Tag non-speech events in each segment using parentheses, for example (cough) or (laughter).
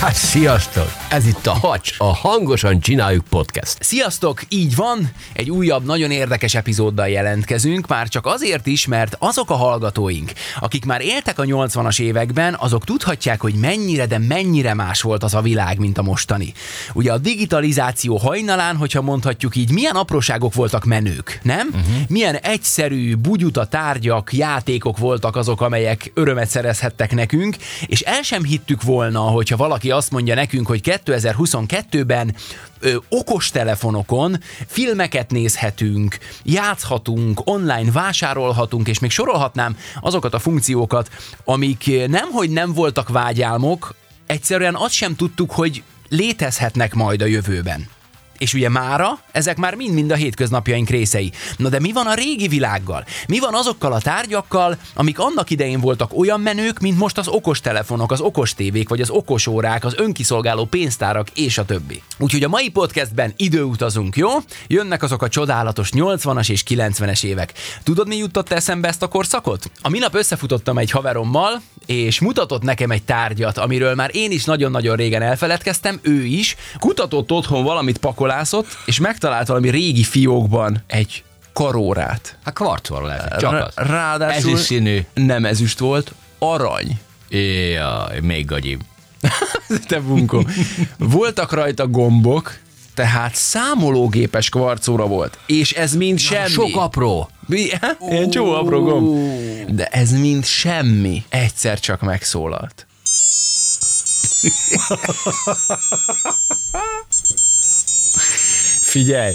Hát sziasztok! Ez itt a Hacs, a Hangosan Csináljuk Podcast. Sziasztok, így van, egy újabb, nagyon érdekes epizóddal jelentkezünk, már csak azért is, mert azok a hallgatóink, akik már éltek a 80-as években, azok tudhatják, hogy mennyire, de mennyire más volt az a világ, mint a mostani. Ugye a digitalizáció hajnalán, hogyha mondhatjuk így, milyen apróságok voltak menők, nem? Mhm. Uh-huh. Milyen egyszerű, bugyuta tárgyak, játékok voltak azok, amelyek örömet szerezhettek nekünk, és el sem hittük volna, hogyha valaki azt mondja nekünk, hogy 2022-ben ö, okostelefonokon filmeket nézhetünk, játszhatunk, online vásárolhatunk, és még sorolhatnám azokat a funkciókat, amik nemhogy nem voltak vágyálmok, egyszerűen azt sem tudtuk, hogy létezhetnek majd a jövőben. És ugye mára ezek már mind-mind a hétköznapjaink részei. Na de mi van a régi világgal? Mi van azokkal a tárgyakkal, amik annak idején voltak olyan menők, mint most az okostelefonok, az okostévék, vagy az okosórák, az önkiszolgáló pénztárak és a többi. Úgyhogy a mai podcastben időutazunk, jó? Jönnek azok a csodálatos 80-as és 90-es évek. Tudod, mi juttatta eszembe ezt a korszakot? A minap összefutottam egy haverommal, és mutatott nekem egy tárgyat, amiről már én is nagyon-nagyon régen elfeledkeztem, ő is. Kutatott otthon valamit pakolászott, és megtalált valami régi fiókban egy karórát. Hát kvarcról lehet, csak az. Rá- Ráadásul Ezüst színű. nem ezüst volt, arany. Jaj, még gagyibb. (laughs) Te bunkó. Voltak rajta gombok, tehát számológépes kvarcóra volt, és ez mind semmi. Sok apró. Mi? Ilyen csó apró gomb. De ez mind semmi. Egyszer csak megszólalt. Figyelj,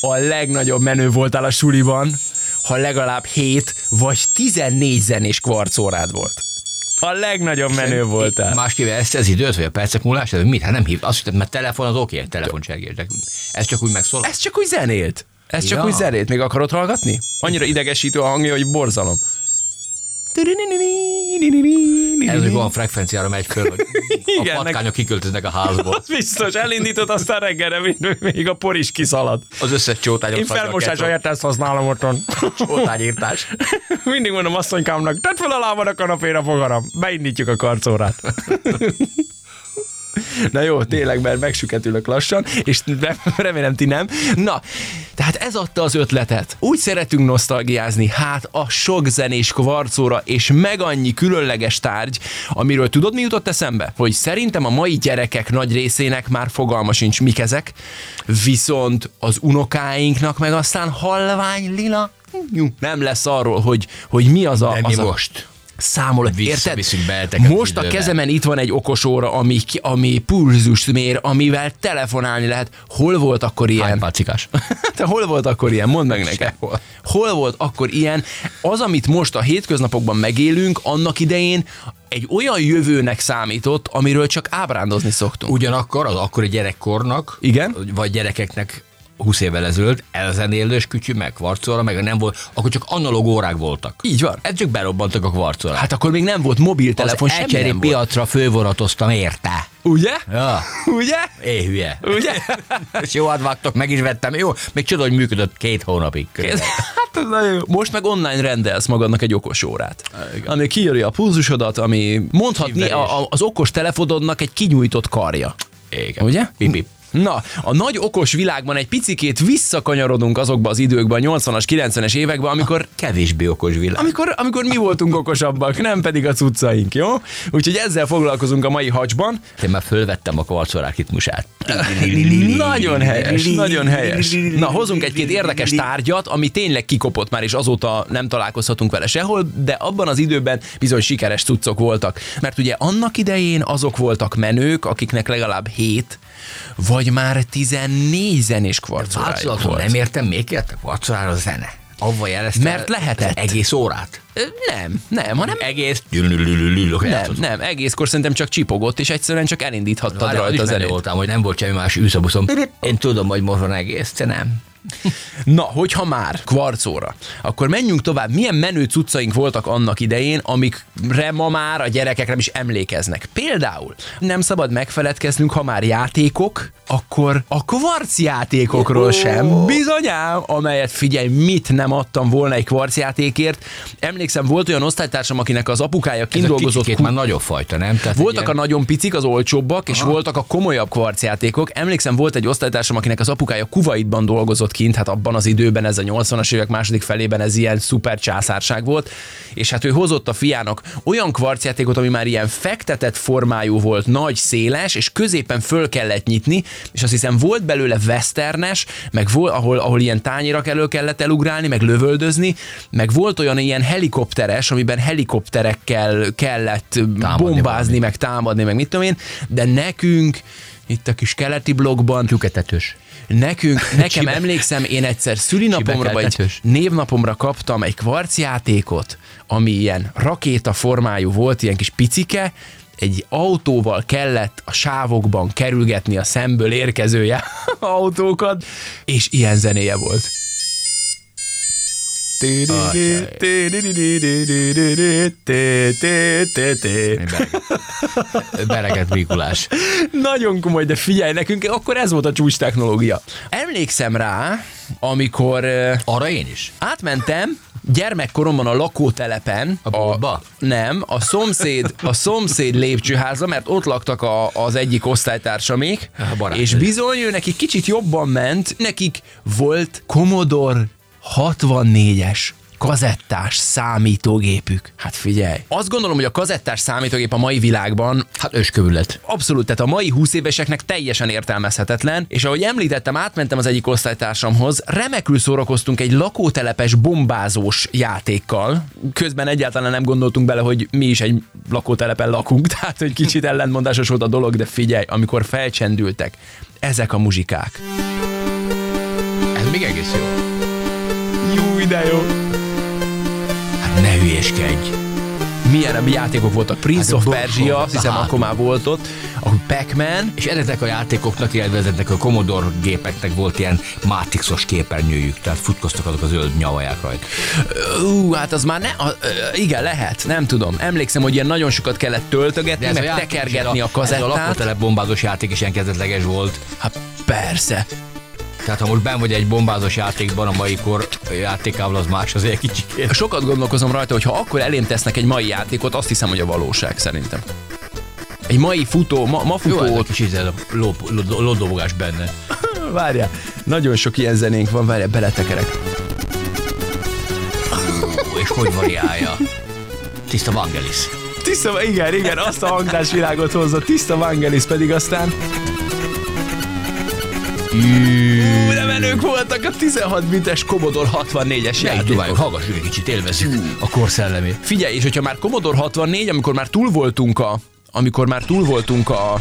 a legnagyobb menő voltál a suliban, ha legalább 7 vagy 14 zenés kvarcórád volt. A legnagyobb menő voltál. Másképp ezt ez időt, vagy a percek múlás, ez mit? Hát nem hív. Azt hittem, mert telefon az oké, telefoncsegés, de ez csak úgy megszólal. Ez csak úgy zenélt. Ez csak Ja. úgy zenélt. Még akarod hallgatni? Annyira idegesítő a hangja, hogy borzalom. Ez, hogy van frekvenciára megy föl, hogy Igen, a patkányok kiköltöznek a házból. Az biztos, elindított, aztán reggelre még- még a por is kiszalad. Az összes csótányot Én fagynak felmosásra el, érte ezt használom otthon. Csótányírtás. (laughs) Mindig mondom asszonykámnak, tedd fel a lábad a kanapéra, fogaram. Beindítjuk a karcórát. Na jó, tényleg, mert megsüketülök lassan, és nem- remélem ti nem. Na, tehát ez adta az ötletet. Úgy szeretünk nosztalgiázni, hát a sok zenés kvarcóra és meg annyi különleges tárgy, amiről tudod, mi jutott eszembe? Hogy szerintem a mai gyerekek nagy részének már fogalma sincs, mik ezek, viszont az unokáinknak meg aztán halvány lila nem lesz arról, hogy, hogy mi az a, De mi az a most? számol, érted? Visszaviszünk beleteket Most a időbe. kezemen itt van egy okos óra, ami, ki- ami pulzust mér, amivel telefonálni lehet. Hol volt akkor Hány ilyen? pacikás? (laughs) Te hol volt akkor ilyen? Mondd meg nekem. Sehol. Hol volt akkor ilyen? Az, amit most a hétköznapokban megélünk, annak idején egy olyan jövőnek számított, amiről csak ábrándozni szoktunk. Ugyanakkor az akkori gyerekkornak, Igen? vagy gyerekeknek 20 évvel ezelőtt elzenélős kütyű, meg kvarcóra, meg nem volt, akkor csak analóg órák voltak. Így van. Ez csak berobbantak a kvarcóra. Hát akkor még nem volt mobiltelefon, az semmi ecseri nem volt. piacra fővonatoztam érte. Ugye? Ja, Ugye? én hülye. (laughs) Ugye? És jó vágtok, meg is vettem. Jó, még csoda, hogy működött két hónapig. Ez, hát ez nagyon jó. Most meg online rendelsz magadnak egy okos órát, ami kiírja a pulzusodat, ami mondhatni Kiverés. a, a, az okos telefonodnak egy kinyújtott karja. Igen. Ugye? Pipi. Na, a nagy okos világban egy picikét visszakanyarodunk azokba az időkben, 80-as, 90-es években, amikor Kevésbé okos világ. amikor, amikor mi voltunk okosabbak, nem pedig a cuccaink, jó? Úgyhogy ezzel foglalkozunk a mai hacsban. Én már fölvettem a kvarcorák ritmusát. Nagyon helyes, nagyon helyes. Na, hozunk egy-két érdekes tárgyat, ami tényleg kikopott már, és azóta nem találkozhatunk vele sehol, de abban az időben bizony sikeres cuccok voltak. Mert ugye annak idején azok voltak menők, akiknek legalább 7, vagy már 14 zenés kvarcolájuk Változaton volt. nem értem, még értek kvarcorára zene. Avval jelezte Mert lehetett. az egész órát. Ö, Nem, nem, hanem Egész. lülülülülülök nem, játszott. nem, egészkor szerintem csak csipogott, és egyszerűen csak elindíthattad Várjál, rajta az az menő előtt. voltam, hogy nem volt semmi más űszabuszom. Én tudom, hogy most van egész, te nem. Na, hogyha már kvarcóra, akkor menjünk tovább. Milyen menő cuccaink voltak annak idején, amikre ma már a gyerekek nem is emlékeznek. Például nem szabad megfeledkeznünk, ha már játékok, akkor a kvarc játékokról sem. Bizonyám, amelyet figyelj, mit nem adtam volna egy kvarc játékért. Emlékszem, volt olyan osztálytársam, akinek az apukája Ez a kindolgozott kicsikét ku- már nagyobb fajta, nem? Tehát Hát voltak a nagyon picik, az olcsóbbak, és voltak a komolyabb kvarcjátékok. Emlékszem, volt egy osztálytársam, akinek az apukája Kuwaitban dolgozott kint, hát abban az időben, ez a 80-as évek második felében ez ilyen szuper császárság volt, és hát ő hozott a fiának olyan kvarcjátékot, ami már ilyen fektetett formájú volt, nagy, széles, és középen föl kellett nyitni, és azt hiszem volt belőle westernes, meg volt, ahol, ahol ilyen tányérak elő kellett elugrálni, meg lövöldözni, meg volt olyan ilyen helikopteres, amiben helikopterekkel kellett Támadni bombázni, meg támadni, meg mit tudom én, de nekünk itt a kis keleti blogban, tyúketetős. nekünk, nekem Csibe- egyszer, én egyszer szülinapomra vagy Csibekeltetős. névnapomra kaptam egy kvarcjátékot, ami ilyen rakéta formájú volt, ilyen kis picike, egy autóval kellett a sávokban kerülgetni a szemből érkező já- (laughs) autókat, és ilyen zenéje volt. Bereget Mikulás. Nagyon komoly, de figyelj nekünk, akkor ez volt a csúcs technológia. Emlékszem rá, amikor ö, Arra én is. átmentem gyermekkoromban a lakótelepen. A boltba? Nem, a szomszéd, a szomszéd lépcsőháza, mert ott laktak a, az egyik osztálytársamék, A barátnőd. és bizony ő nekik kicsit jobban ment, nekik volt Commodore 64-es kazettás számítógépük. Hát figyelj. Azt gondolom, hogy a kazettás számítógép a mai világban Hát őskövület. Abszolút, tehát a mai 20 éveseknek teljesen értelmezhetetlen, és ahogy említettem, átmentem az egyik osztálytársamhoz, remekül szórakoztunk egy lakótelepes bombázós játékkal. Közben egyáltalán nem gondoltunk bele, hogy mi is egy lakótelepen lakunk, (laughs) tehát hogy kicsit ellentmondásos volt a dolog, de figyelj, amikor felcsendültek, ezek a muzsikák. Ez még egész jó. Jó, de jó. Hát ne hülyéskedj. Milyen játékok voltak? Prince Hát of a Bogdan Persia, azt hiszem, hátul. akkor már volt ott, ahol Pac-Man, És ezeknek a játékoknak, illetve ezeknek a Commodore gépeknek volt ilyen mátrixos képernyőjük, tehát futkoztak azok a zöld nyavaják rajta. Ú, hát az már ne, a, ö, igen, lehet, nem tudom. Emlékszem, hogy ilyen nagyon sokat kellett töltögetni, meg játék is, tekergetni a, ez Ez a kazettát. lakótelep bombázós játék is ilyen kezdetleges volt. hát persze. Tehát ha most ben vagy egy bombázós játékban, a mai kor játékával az más azért kicsikét. Sokat gondolkozom rajta, hogy ha akkor elém tesznek egy mai játékot, azt hiszem, hogy a valóság szerintem. Egy mai futó, ma, ma Jó, hát futó ennek is ez a izé lop- lod- lodobogás benne. Várjál, nagyon sok ilyen zenénk van, várjál, beletekerek. Ó, és hogy variálja? Tiszta Vangelis. Tiszta, igen, igen, azt a hangzásvilágot hozza, tiszta Vangelis pedig aztán... Ú, de menők voltak a 16 bites Commodore 64-es Ne így játékok. dobáljuk, hallgassuk egy kicsit, élvezzük a kor szellemét. Figyelj, és hogyha már Commodore 64, amikor már túl voltunk a amikor már túl voltunk a a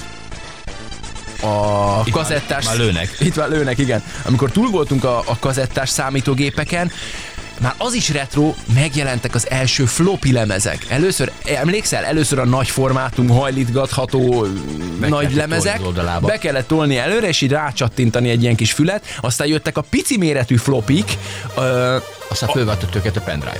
Itt már- kazettás... már lőnek. Itt már lőnek, igen. Amikor túl voltunk a, a kazettás számítógépeken, már az is retro, megjelentek az első floppy lemezek. Először, eh, emlékszel? Először a nagy formátum hajlítgatható Be nagy kellett lemezek. tolni az oldalába. Be kellett tolni előre, és így rácsattintani egy ilyen kis fület. Aztán jöttek a pici méretű flopik, ö, Aztán fölvetett őket a pendrive.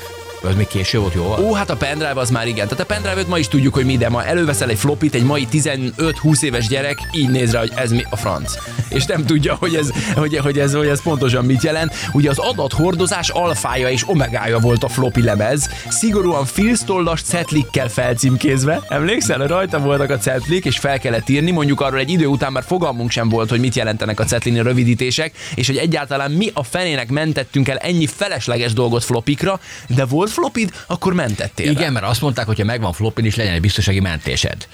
Ez még késő volt, jó? Ó, hát a pendrive az már igen. Tehát a pendrive-ot ma is tudjuk, hogy mi, de ma előveszel egy flopit, egy mai 15-20 éves gyerek így néz rá, hogy ez mi a franc. És nem tudja, hogy ez, hogy, hogy ez, hogy ez pontosan mit jelent. Ugye az adathordozás alfája és omegája volt a floppy lemez, szigorúan filztollas cetlikkel felcímkézve. Emlékszel, rajta voltak a cetlik, és fel kellett írni, mondjuk arról egy idő után már fogalmunk sem volt, hogy mit jelentenek a cetlini rövidítések, és hogy egyáltalán mi a fenének mentettünk el ennyi felesleges dolgot flopikra, de volt flopid, akkor mentettél. rá. Igen, mert azt mondták, hogy ha megvan flopin is, legyen egy biztonsági mentésed.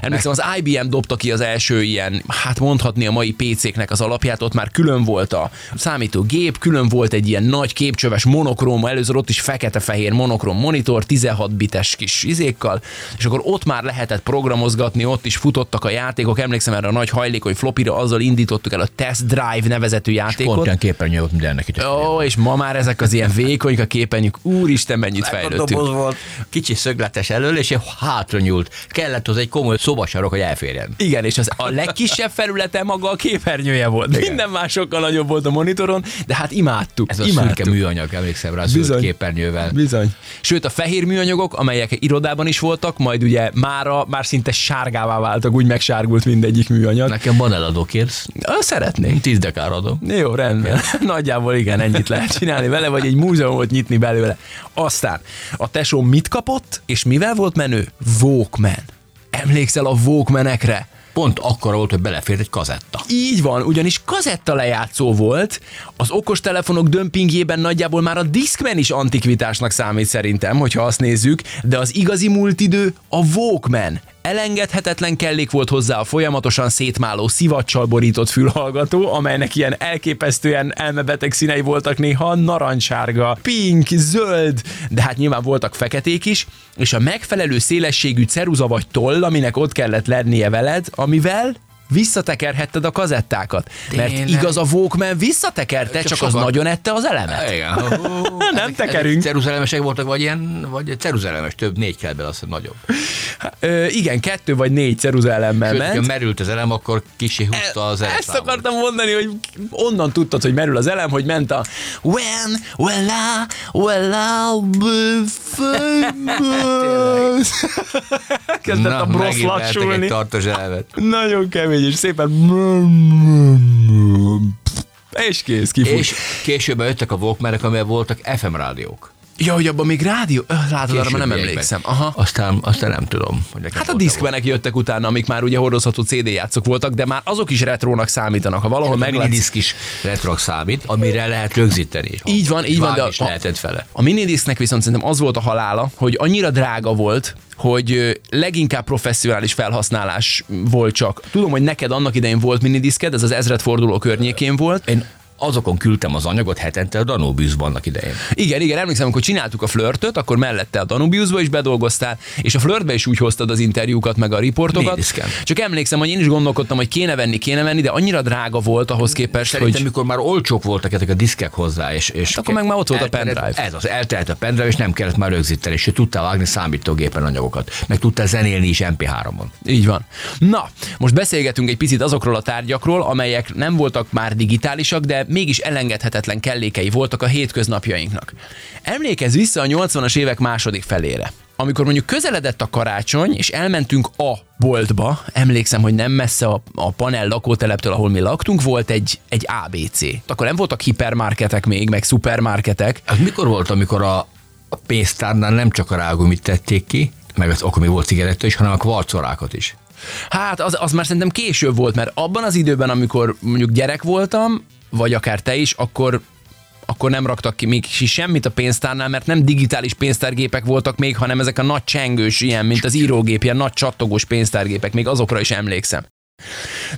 Emlékszem, az IBM dobta ki az első ilyen, hát mondhatni a mai PC-knek az alapját, ott már külön volt a számítógép, külön volt egy ilyen nagy képcsöves monokróm, először ott is fekete-fehér monokróm monitor, 16 bites kis izékkal, és akkor ott már lehetett programozgatni, ott is futottak a játékok, emlékszem erre a nagy hajlékony flopira, azzal indítottuk el a Test Drive nevezetű Pont játékot. olyan képernyő volt mindennek itt. Ó, és ma már ezek az ilyen vékonyka képenyük, úristen, mennyit Ekkora fejlődtünk. doboz volt, kicsi szögletes elől, és én hátra nyúlt. Kellett az egy komoly szobasarok, hogy elférjen. Igen, és az a legkisebb felülete maga a képernyője volt. Igen. Minden már sokkal nagyobb volt a monitoron, de hát imádtuk. Ez a imádtuk. szürke műanyag, emlékszem rá, a zöld Bizony. képernyővel. Bizony. Sőt, a fehér műanyagok, amelyek irodában is voltak, majd ugye mára már szinte sárgává váltak, úgy megsárgult mindegyik műanyag. Nekem van eladó, kérsz? Ö, Szeretnék. Tíz dekár adom. Jó, rendben. Nagyjából igen, ennyit lehet csinálni vele, vagy egy múzeumot nyitni belőle. Aztán a tesóm mit kapott, és mivel volt menő? Walkman. Emlékszel a Walkmanekre? Pont akkor volt, hogy belefért egy kazetta. Így van, ugyanis kazetta lejátszó volt, az okostelefonok dömpingjében nagyjából már a Discman is antikvitásnak számít szerintem, hogyha azt nézzük, de az igazi multidő a Walkman. Elengedhetetlen kellék volt hozzá a folyamatosan szétmáló szivacsal borított fülhallgató, amelynek ilyen elképesztően elmebeteg színei voltak néha, narancssárga, pink, zöld, de hát nyilván voltak feketék is, és a megfelelő szélességű ceruza vagy toll, aminek ott kellett lennie veled, amivel visszatekerhetted a kazettákat. Mert Tényleg? igaz, a Walkman visszatekerte, csak, Csak az sokat- nagyon ette az elemet. (laughs) Igen. Hát Nem tekerünk. Ceruzelemesek voltak, vagy ilyen, vagy ceruzelemes, több négy kell bele, azt hiszem nagyobb. Ö, igen, kettő vagy négy ceruza elemmel Sőt, hogyha ment. E, merült az elem, akkor kicsi húzta az Ezt elszámot. akartam mondani, hogy onnan tudtad, hogy merül az elem, hogy ment a When will I, will I be famous? Kezdett a brosz megint vertek lassulni. egy tartós elemet. Nagyon kemény, és szépen és kész, kifut. És később jöttek a Walkmanek, amelyek voltak FM rádiók. Ja, hogy abban még rádió? Ö, Látod, arra már nem Későbbiekben. emlékszem. Aha. Aztán, aztán nem tudom. Hogy nekem Hát a volt-e volt. diszkmenek jöttek utána, amik már ugye hordozható CD játszók voltak, de már azok is retrónak számítanak, ha valahol A meglátsz. minidisk is retrog számít, amire lehet rögzíteni. is. Így van, így van, Vágni de is a- lehetett vele. A minidisknek viszont szerintem az volt a halála, hogy annyira drága volt, hogy ö, leginkább professzionális felhasználás volt csak. Tudom, hogy neked annak idején volt minidisked, ez az ezredforduló környékén volt. Én azokon küldtem az anyagot hetente a Danóbűzban annak idején. Igen, igen, emlékszem, amikor csináltuk a flörtöt, akkor mellette a Danubiusba is bedolgoztál, és a flörtbe is úgy hoztad az interjúkat, meg a riportokat. Minidiszken. Csak emlékszem, hogy én is gondolkodtam, hogy kéne venni, kéne venni, de annyira drága volt ahhoz képest, Szerintem, hogy... mikor már olcsók voltak ezek a diszkek hozzá, és, és Hát akkor meg már ott volt a elterjedt- pendrive. Ez az, eltelt a pendrive, és nem kellett már rögzíteni, és tudtál vágni számítógépen anyagokat, meg tudtál zenélni is MP3-on. Így van. Na, most beszélgetünk egy picit azokról a tárgyakról, amelyek nem voltak már digitálisak, de mégis elengedhetetlen kellékei voltak a hétköznapjainknak. Emlékezz vissza a 80-as évek második felére. Amikor mondjuk közeledett a karácsony, és elmentünk a boltba, emlékszem, hogy nem messze a, a panel lakóteleptől, ahol mi laktunk, volt egy, egy ABC. Akkor nem voltak hipermarketek még, meg szupermarketek. Az Hát mikor volt, amikor a, a pénztárnál nem csak a rágumit tették ki, meg az akkor még volt cigaretta is, hanem a kvarcorákat is. Hát az, az már szerintem később volt, mert abban az időben, amikor mondjuk gyerek voltam, vagy akár te is, akkor akkor nem raktak ki még si- semmit a pénztárnál, mert nem digitális pénztárgépek voltak még, hanem ezek a nagy csengős ilyen, mint az írógép, ilyen nagy csattogós pénztárgépek, még azokra is emlékszem.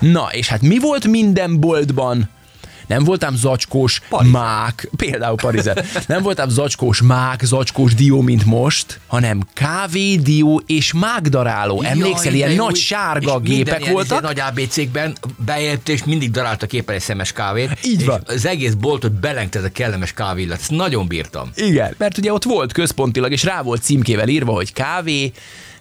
Na, és hát mi volt minden boltban? Nem voltam zacskós Parizet. mák, például Parizet. Nem voltam zacskós mák, zacskós dió, mint most, hanem kávé, dió és mágdaráló. Emlékszel, Jaj, ilyen de jó, nagy és sárga minden gépek ilyen izé voltak? Nagy ABC-kben beért, és mindig daráltak éppen egy szemes kávét. Így és van. Az egész boltot belengt ez a kellemes kávillat. Ezt nagyon bírtam. Igen. Mert ugye ott volt központilag, és rá volt címkével írva, hogy kávé,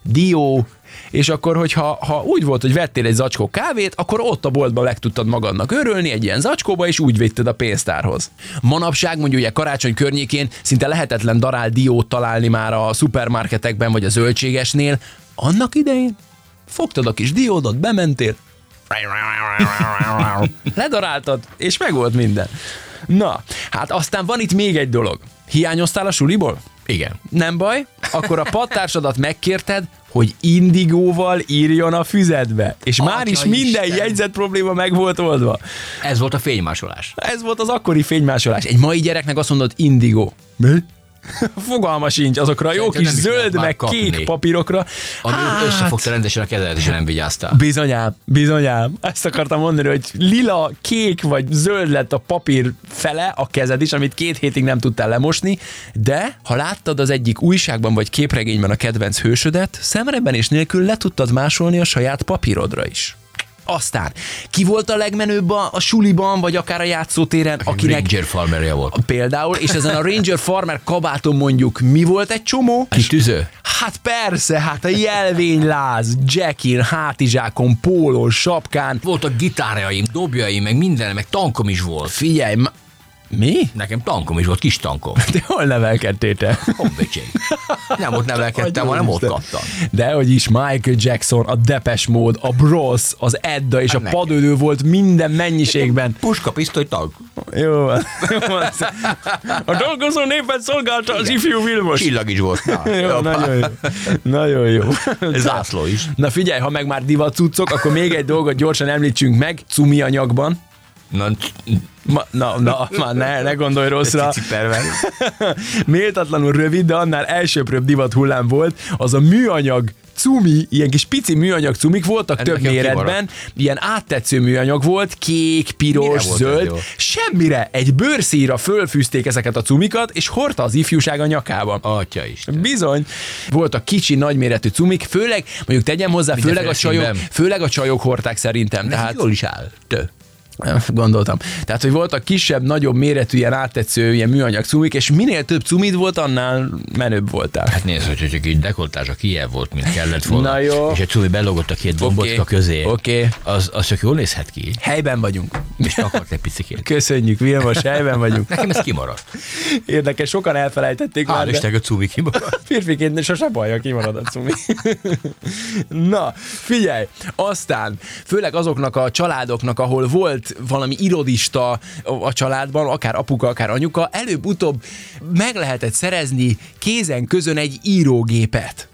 dió, és akkor, hogyha ha úgy volt, hogy vettél egy zacskó kávét, akkor ott a boltban meg tudtad magadnak örülni egy ilyen zacskóba, és úgy vitted a pénztárhoz. Manapság mondjuk ugye karácsony környékén szinte lehetetlen darál diót találni már a szupermarketekben vagy a zöldségesnél. Annak idején fogtad a kis diódot, bementél, ledaráltad, és meg volt minden. Na, hát aztán van itt még egy dolog. Hiányoztál a suliból? Igen. Nem baj, akkor a pattársadat megkérted, hogy indigóval írjon a füzetbe. És már is Atya minden Isten. jegyzet probléma meg volt oldva. Ez volt a fénymásolás. Ez volt az akkori fénymásolás. Egy mai gyereknek azt mondod indigo. Mi? (laughs) Fogalma sincs azokra a jó kis Szerintem nem is lehet zöld, már meg kapni. kék papírokra. Amiről hát. összefogta rendesen a kezedet, és nem vigyáztál. Bizonyám, bizonyám. Ezt akartam mondani, hogy lila, kék vagy zöld lett a papír fele, a kezed is, amit két hétig nem tudtál lemosni, de ha láttad az egyik újságban vagy képregényben a kedvenc hősödet, szemreben és nélkül le tudtad másolni a saját papírodra is. Aztán, ki volt a legmenőbb a, a suliban, vagy akár a játszótéren, akinek Ranger farmerja volt. például, és ezen a Ranger Farmer kabáton mondjuk mi volt egy csomó? Kis tüző? Hát persze, hát a jelvényláz, Jekyll, hátizsákon, póló, sapkán. Voltak gitárjaim, dobjaim, meg minden, meg tankom is volt. Figyelj, ma... mi? Nekem tankom is volt, kis tankom. Te hol nevelkedtél te? Honvédség. Nem ott nevelkedtem, hanem ott kaptam. De hogy is Michael Jackson, a Depes Mód, a Bros, az Edda és a neked. padölő volt minden mennyiségben. Puska, pisztoly, tank. Jó van. A dolgozó népet szolgálta az ifjú Vilmos. Csillag is (laughs) volt. Na, Jó, jobbá. nagyon jó. Nagyon jó. Zászló is. Na figyelj, ha meg már divat cuccok, akkor még egy dolgot gyorsan említsünk meg, cumi anyagban. Na, Ma, na, na, már ne, ne gondolj rosszra. cipervel. (laughs) Méltatlanul rövid, de annál elsőprőbb divat hullám volt, az a műanyag cumi, ilyen kis pici műanyag cumik voltak Ennek több nekem méretben, kimaradt. ilyen áttetsző műanyag volt, kék, piros, Mire volt ez zöld, jó? semmire. Egy bőrszíra fölfűzték ezeket a cumikat, és hordta az ifjúság a nyakába. Atya is. Bizony. Voltak kicsi, nagyméretű cumik, főleg, mondjuk tegyem hozzá, főleg a, Mindenféle csajok, színben. főleg a csajok hordták szerintem. Hát Tehát jól is áll. Tő. gondoltam. Tehát, hogy voltak kisebb, nagyobb méretű, ilyen áttetsző, ilyen műanyag cumik, és minél több cumid volt, annál menőbb voltál. Hát nézd, hogy csak egy dekoltázsa kijel volt, mint kellett volna. Na jó. És egy Cumi belogott a két bombocka Oké. közé. Oké. Az, az csak jól nézhet ki. Helyben vagyunk. És takart egy picikét. Köszönjük, Vilmos, helyben (laughs) vagyunk. Nekem ez kimaradt. Érdekes, sokan elfelejtették már, Hál' de Isten, a Cumi kimaradt. férfiként sose baj, ha kimarad a cumi. Na, figyelj, aztán, főleg azoknak a családoknak, ahol volt valami irodista a családban, akár apuka, akár anyuka, előbb-utóbb meg lehetett szerezni kézen közön egy írógépet.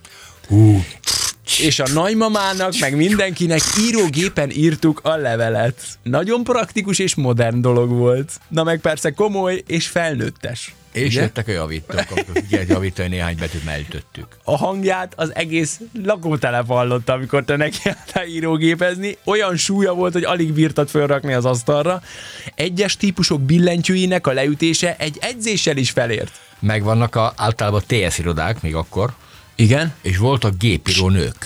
és a nagymamának, meg mindenkinek írógépen írtuk a levelet. Nagyon praktikus és modern dolog volt. Na meg persze komoly és felnőttes. És Ugye? jöttek a javítók, amikor figyelt javítani néhány betűt, elütöttük. a hangját az egész lakótelep hallotta, amikor te (laughs) nekiálltál írógépezni. Olyan súlya volt, hogy alig bírtad fölrakni az asztalra. Egyes típusok billentyűinek a leütése egy edzéssel is felért. Megvannak a, általában TS irodák még akkor, Igen? és voltak gépíró nők,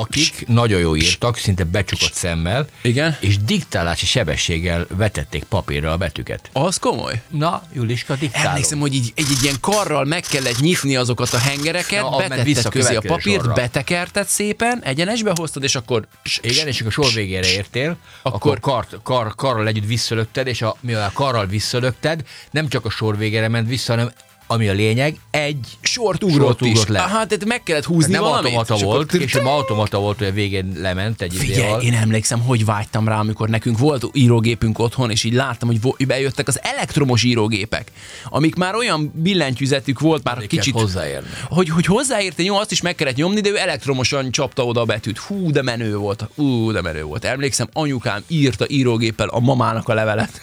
akik nagyon jó írtak, szinte becsukott szemmel, Igen. és diktálási sebességgel vetették papírra a betűket. Az komoly. Na, Juliska, diktáló. Emlékszem, hogy így, egy, egy ilyen karral meg kellett nyitni azokat a hengereket, Na, ja, amen, betetted vissza közé a következő papírt, sorra. sorra. betekerted szépen, egyenesbe hoztad, és akkor... Igen, és akkor sor végére értél, Akkor- akkor, akkor kar, kar, karral együtt visszalökted, és a, mivel karral visszalökted, nem csak a sor végére ment vissza, hanem ami a lényeg, egy Sort Sort ugrott ugrott is. le. Hát, tehát meg kellett húzni nem valamit. automata és akkor volt, és nem automata volt, hogy a végén lement egy Figyelj, időval. én emlékszem, hogy vágytam rá, amikor nekünk volt írógépünk otthon, és így láttam, hogy vo- bejöttek az elektromos írógépek, amik már olyan billentyűzetük volt már Amiket kicsit... hozzáérnek. Hogy, hogy hozzáérte, jó, azt is meg kellett nyomni, de ő elektromosan csapta oda a betűt. Hú, de menő volt. Hú, de menő volt. Emlékszem, anyukám írta írógéppel a mamának a levelet.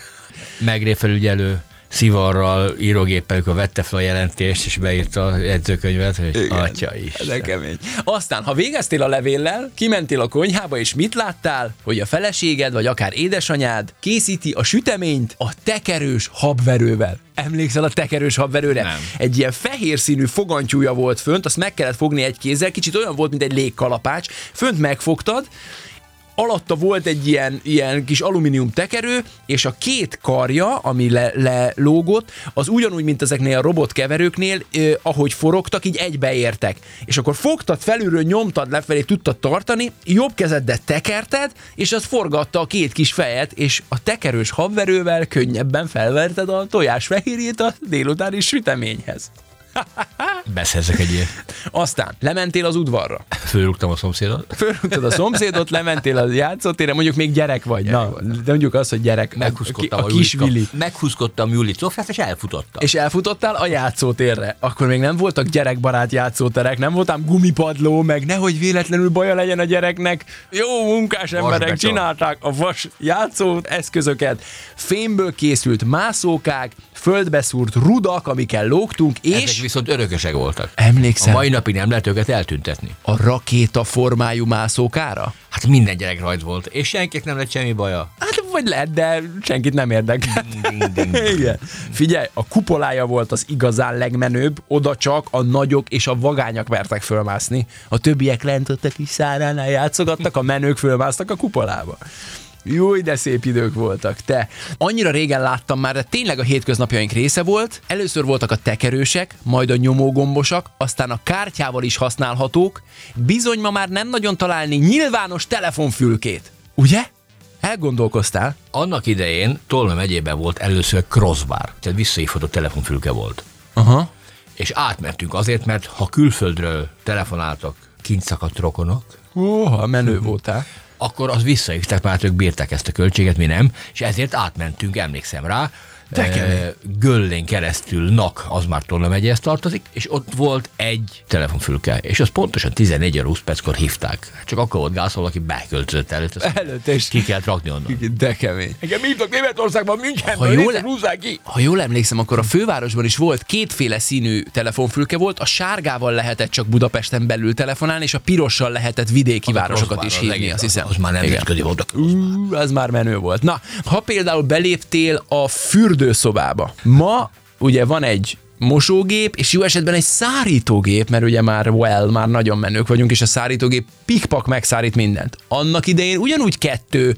megréfelügyelő szivarral, írógéppel, amikor vette fel a jelentést, és beírta a jegyzőkönyvet, hogy atya is. kemény. Aztán, ha végeztél a levéllel, kimentél a konyhába, és mit láttál? Hogy a feleséged, vagy akár édesanyád készíti a süteményt a tekerős habverővel. Emlékszel a tekerős habverőre? Nem. Egy ilyen fehér színű fogantyúja volt fönt, azt meg kellett fogni egy kézzel, kicsit olyan volt, mint egy légkalapács. Fönt megfogtad, alatta volt egy ilyen, ilyen kis alumínium tekerő, és a két karja, ami le- lelógott, az ugyanúgy, mint ezeknél a robotkeverőknél, ö, ahogy forogtak, így egybeértek. És akkor fogtad felülről, nyomtad lefelé, tudtad tartani, jobb kezeddel tekerted, és az forgatta a két kis fejet, és a tekerős habverővel könnyebben felverted a tojás fehérjét a délutáni süteményhez. Beszerzek egy ilyet. Aztán lementél az udvarra. Fölrúgtam a szomszédot. Fölrúgtad a szomszédot, lementél a játszótérre, mondjuk még gyerek vagy. Na, mondjuk azt, hogy gyerek. Meghúzkodtam a, a, ki- a Julit kap- kisvili. Meghúzkodtam Julit Szofiát, és elfutottam. És elfutottál a játszótérre. Akkor még nem voltak gyerekbarát játszóterek, nem voltam gumipadló, meg nehogy véletlenül baja legyen a gyereknek. Jó munkás emberek beton. csinálták a vas játszó eszközöket. Fémből készült mászókák, földbe szúrt rudak, amikkel lógtunk, és... Ezek viszont örökösek voltak. A Emlékszem mai napig nem lehet őket eltüntetni. a rakéta formájú mászókára? Hát minden gyerek rajt volt, és senkinek nem lett semmi baja. Hát vagy lehet, de senkit nem érdekel. Igen. Figyelj, a kupolája volt az igazán legmenőbb, oda csak a nagyok és a vagányok mertek fölmászni. A többiek lent ott a kis száránál játszogattak, a menők fölmásztak a kupolába. Júj, de szép idők voltak, te. Annyira régen láttam már, de tényleg a hétköznapjaink része volt. Először voltak a tekerősek, majd a nyomógombosak, aztán a kártyával is használhatók. Bizony ma már nem nagyon találni nyilvános telefonfülkét. Ugye? Elgondolkoztál? Annak idején Tolna megyében volt először crossbar, tehát visszaívható telefonfülke volt. Aha. És átmentünk azért, mert ha külföldről telefonáltak kint szakadt rokonok, Óha, menő voltál. akkor az visszaügtek, már ők bírták ezt a költséget, mi nem, és ezért átmentünk, emlékszem rá, De Göllén keresztül, NAK, az már Tolna megyéhez tartozik, és ott volt egy telefonfülke, és az pontosan 14 óra 20 perckor hívták. Csak akkor volt Gászol, aki beköltözött előtt, azt Előtt, és- ki kellett rakni onnan. De kemény. Engem hívtak Németországban, Münchenből, Ha jól, húzzák ki! ha jól emlékszem, akkor a fővárosban is volt kétféle színű telefonfülke volt, a sárgával lehetett csak Budapesten belül telefonálni, és a pirossal lehetett vidéki városokat is Crossbar, az hívni, egész, azt hiszem. Az már Igen. nemzetközi volt. Ú, az már menő volt. Na, ha például beléptél a fürdőszobába, ma ugye van egy mosógép, és jó esetben egy szárítógép, mert ugye már well, már nagyon menők vagyunk, és a szárítógép pikpak megszárít mindent. Annak idején ugyanúgy kettő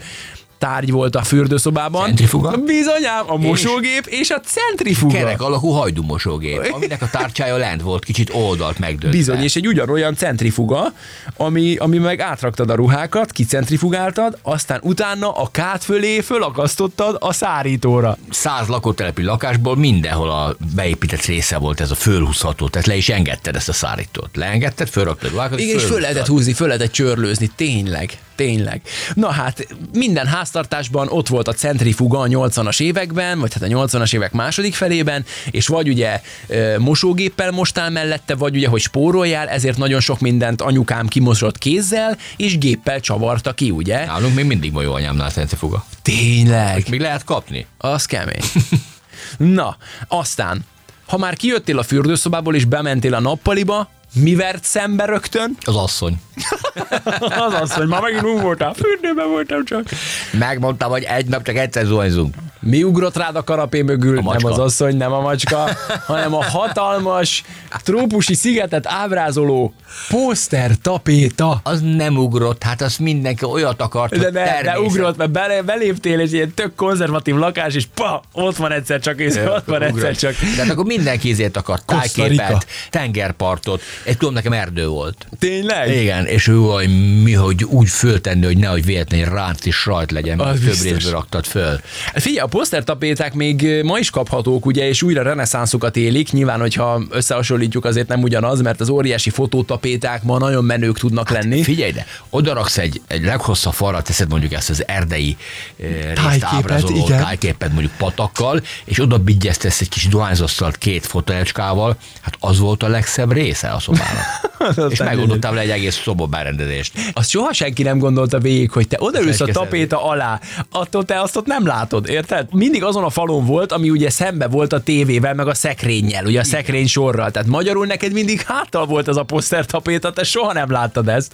tárgy volt a fürdőszobában. Centrifuga? Bizonyám, a mosógép és, a centrifuga. Kerek alakú hajdúmosógép, aminek a tárcsája lent volt, kicsit oldalt megdőlt. Bizony, és egy ugyanolyan centrifuga, ami, ami meg átraktad a ruhákat, kicentrifugáltad, aztán utána a kát fölé fölakasztottad a szárítóra. száz lakótelepi lakásból mindenhol a beépített része volt ez a fölhúzható, tehát le is engedted ezt a szárítót. Leengedted, fölraktad a ruhákat, Igen, és föl fölhúztad. lehetett húzni, föl lehetett csörlőzni, tényleg, tényleg. Na hát, minden háztartásban ott volt a centrifuga a 80-as években, vagy hát a 80-as évek második felében, és vagy ugye ö, mosógéppel mostál mellette, vagy ugye, hogy spóroljál, ezért nagyon sok mindent anyukám kimosott kézzel, és géppel csavarta ki, ugye? Nálunk még mindig majó anyámnál centrifuga. Tényleg. Még lehet kapni? Az kemény. (laughs) Na, aztán, ha már kijöttél a fürdőszobából és bementél a nappaliba, mi vert szembe rögtön? Az asszony. (laughs) Az az, hogy már megint úgy voltál, fürdőben voltam csak. Megmondtam, hogy egy nap csak egyszer zuhanyzunk. Mi ugrott rád a kanapé mögül? nem macska. az asszony, nem a (laughs) macska, hanem a hatalmas, trópusi szigetet ábrázoló poszter tapéta. Az nem ugrott, hát azt mindenki olyat akart, De hogy ne, ne természet. ugrott, mert bele, beléptél egy ilyen tök konzervatív lakás, és pa, ott van egyszer csak, és ott van egyszer Ugrott. csak. Tehát akkor mindenki izért akart Costa Rica. tájképet, tengerpartot. Egy tudom, nekem erdő volt. Tényleg? Igen, és ő hogy mi, hogy úgy föltenni, hogy nehogy véletlenül ránc is rajt legyen, Az mert több biztos. részbe raktad föl. Figyelj, a posztertapéták még ma is kaphatók, ugye, és újra reneszánszokat élik. Nyilván, hogyha összehasonlítjuk, azért nem ugyanaz, mert az óriási fotótapéták ma nagyon menők tudnak lenni. Hát Figyelj, de oda raksz egy, egy leghosszabb falra, teszed mondjuk ezt az erdei eh, részt Tájképet, ábrázoló igen. tájképet mondjuk patakkal, és oda bigyeztesz egy kis dohányzasztalt két fotelcskával, hát az volt a legszebb része a (laughs) szobának. és megoldottam le egy egész szobaberendezést. Azt soha senki nem gondolta végig, hogy te odaülsz a Elkezded. tapéta alá, attól te azt ott nem látod, érted? Mindig azon a falon volt, ami ugye szembe volt a tévével, meg a szekrényel, ugye a szekrény sorral. Tehát magyarul neked mindig háttal volt ez a posztertapéta, te soha nem láttad ezt.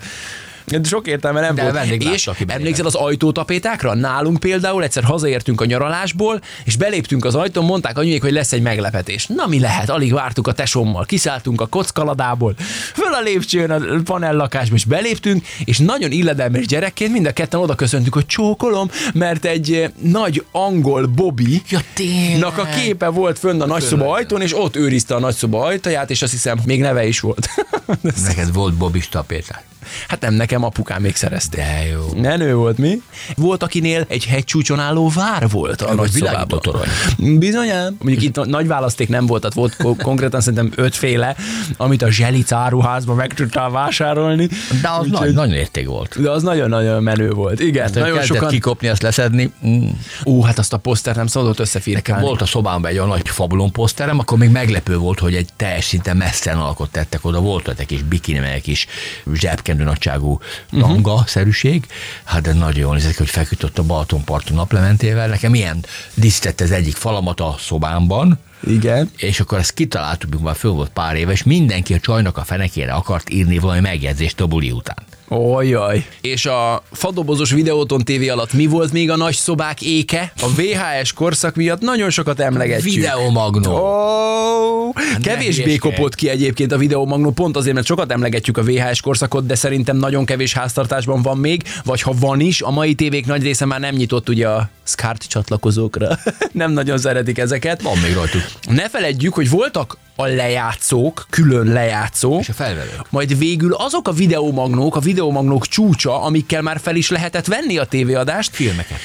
Sok értelme nem De volt. vendég látta, és aki belépett. emlékszel az ajtótapétákra? Nálunk például egyszer hazaértünk a nyaralásból, és beléptünk az ajtón, mondták anyuék, hogy lesz egy meglepetés. Na mi lehet? Alig vártuk a tesommal, kiszálltunk a kockaladából, föl a lépcsőn a panel lakásba, és beléptünk, és nagyon illedelmes gyerekként mind a ketten oda köszöntünk, hogy csókolom, mert egy eh, nagy angol Bobby Ja, tényleg. Nak a képe volt fönn a nagyszoba ajtón, és ott őrizte a nagyszoba ajtaját, és azt hiszem, még neve is volt. (laughs) Neked volt Bobis tapétát. Hát nem, nekem apukám még szerezte. De jó. Menő volt, mi? Volt, akinél egy hegycsúcson álló vár volt a nagy világító szobában. Bizonyám. Mondjuk itt nagy választék nem volt, tehát volt ko- konkrétan szerintem ötféle, amit a Zselic áruházban meg tudtál vásárolni. De az nagy, nagy érték volt. De az nagyon-nagyon menő volt. Igen, hát, Tehát nagyon sokan... Kik... kikopni, azt leszedni. Mm. Ú, hát azt a posztert nem szabadott összefirkálni. Volt a szobámban egy olyan nagy fabulon poszterem, akkor még meglepő volt, hogy egy teljes szinte messzen alkot tettek oda. Volt ott egy kis bikini, meg egy kis zsebkendő nagyságú tanga-szerűség. Hát de nagyon jól nézett ki, hogy feküdt ott a Balatonparton naplementével. Nekem ilyen disztett az egyik falamat a szobámban. Igen. és akkor ezt kitaláltuk, mikor már föl volt pár éve, és mindenki a csajnak a fenekére akart írni valami megjegyzést a buli után. Ojaj. És a fadobozos videóton TV alatt mi volt még a nagy szobák éke? A VHS korszak miatt nagyon sokat emlegetjük. Videomagnó. Oh, kevésbé hülyeskedj. kopott ki egyébként a videómagnó, pont azért, mert sokat emlegetjük a VHS korszakot, de szerintem nagyon kevés háztartásban van még, vagy ha van is, a mai tévék nagy része már nem nyitott ugye a SCART csatlakozókra. (laughs) nem nagyon szeretik ezeket. Van még rajtuk. Ne feledjük, hogy voltak a lejátszók, külön lejátszók. És a felvevők. Majd végül azok a videómagnók, a videómagnók csúcsa, amikkel már fel is lehetett venni a tévéadást. Filmeket.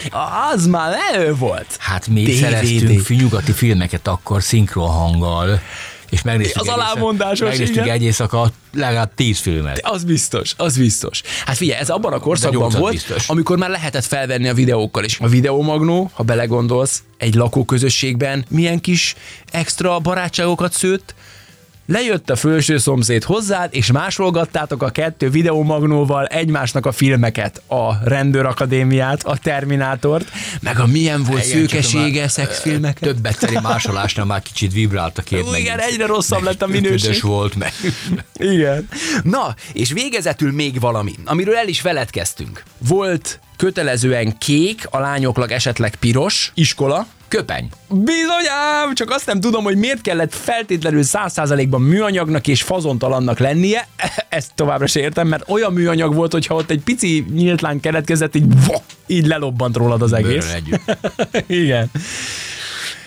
Az már elő volt. Hát mi DVD. szereztünk fi- nyugati filmeket akkor szinkronhanggal, és megnéztük, Az egy éjszak- alámondásos, megnéztük igen. egy éjszaka legalább tíz filmet. Az biztos, az biztos. Hát figyelj, ez abban a korszakban nyolcad volt, biztos. amikor már lehetett felvenni a videókkal, és a videómagnó, ha belegondolsz, egy lakóközösségben milyen kis extra barátságokat szőtt, Lejött a felső szomszéd hozzád, és másolgattátok a kettő videómagnóval egymásnak a filmeket, a rendőrakadémiát, a Terminátort, meg a milyen volt Igen, csak szőkesége már, szexfilmeket. Több egyszerű másolásnál már kicsit vibrált a kép. Ú, meg- igen, egyre rosszabb meg lett a minőség. Üdös volt meg. Igen. Na, és végezetül még valami, amiről el is feledkeztünk. Volt kötelezően kék, a lányoklag esetleg piros iskola, Köpeny. Bizonyám, csak azt nem tudom, hogy miért kellett feltétlenül 100%-ban műanyagnak és fazontalannak lennie. (laughs) Ezt továbbra se értem, mert olyan műanyag volt, hogyha ott egy pici nyíltlány keletkezett, így, vok, így lelobbant rólad az egész. Bőrrel együtt. (laughs) Igen.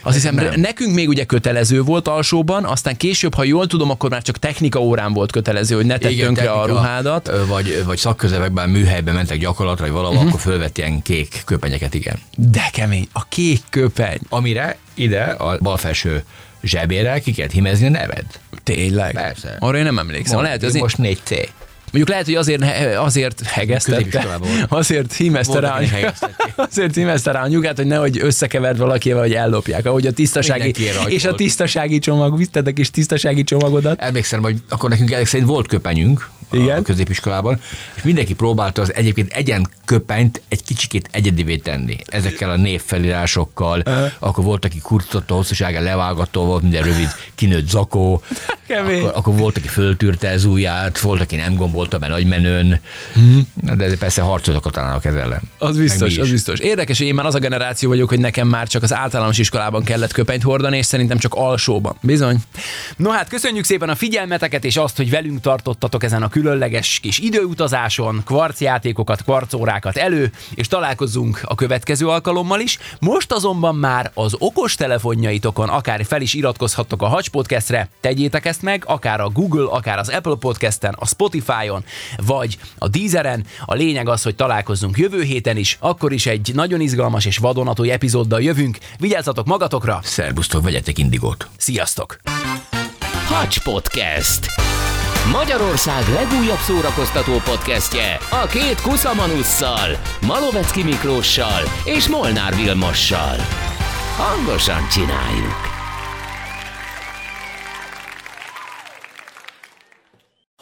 Azt hiszem, nem. nekünk még ugye kötelező volt alsóban, aztán később, ha jól tudom, akkor már csak technika órán volt kötelező, hogy ne tedd Igen, tönkre a technika, ruhádat. Mhm. ö, Vagy, vagy szakközevekben, műhelyben mentek gyakorlatra, vagy valahol, uh-huh. akkor fölvett ilyen kék köpenyeket, igen. De kemény, a kék köpeny. Amire ide a bal felső zsebére ki kellett hímezni a neved. Tényleg? Persze. Arra én nem emlékszem. Mond, Lehet, azért... most 4C. Mondjuk lehet, hogy azért, he- azért hegesztette, Középiskolában volt. azért hímezte Volt, rá, akinek hegesztették. (laughs) azért hímezte rá anyukát, hogy nehogy összekeverd valakivel, hogy ellopják, ahogy a tisztasági, Mindenki ilyen rajta és a volt. tisztasági csomag, vitted a kis tisztasági csomagodat. Emlékszem, hogy akkor nekünk ezek szerint volt köpenyünk Igen. a középiskolában, és mindenki próbálta az egyébként egyen köpenyt egy kicsikét egyedivé tenni. Ezekkel a névfelirásokkal, akkor volt, aki kurtotta, hosszúsága levágató volt, minden rövid, kinőtt zakó, (laughs) Kemény. akkor, akkor volt, aki föltűrte az ujját, volt, aki nem gombolta be nagymenőn, Mhm. hmm. de persze harcoltak a tanárok ezzel ellen. Az Meg mi biztos, is. az biztos. Érdekes, hogy én már az a generáció vagyok, hogy nekem már csak az általános iskolában kellett köpenyt hordani, és szerintem csak alsóban. Bizony. No hát köszönjük szépen a figyelmeteket és azt, hogy velünk tartottatok ezen a különleges kis időutazáson, kvarcjátékokat, kvarcórákat elő, és találkozunk a következő alkalommal is. Most azonban már az okos telefonjaitokon akár fel is iratkozhattok a Hacs Podcastre, tegyétek ezt meg, akár a Google, akár az Apple Podcasten, a Spotify-on, vagy a Deezeren. A lényeg az, hogy találkozzunk jövő héten is, akkor is egy nagyon izgalmas és vadonatúj epizóddal jövünk. Vigyázzatok magatokra, Szerbusztok, vegyetek indigót. sziasztok! Hacs Podcast. Magyarország legújabb szórakoztató podcastje a két kuszamanusszal, Malovecki Miklóssal és Molnár Vilmossal. Hangosan csináljuk!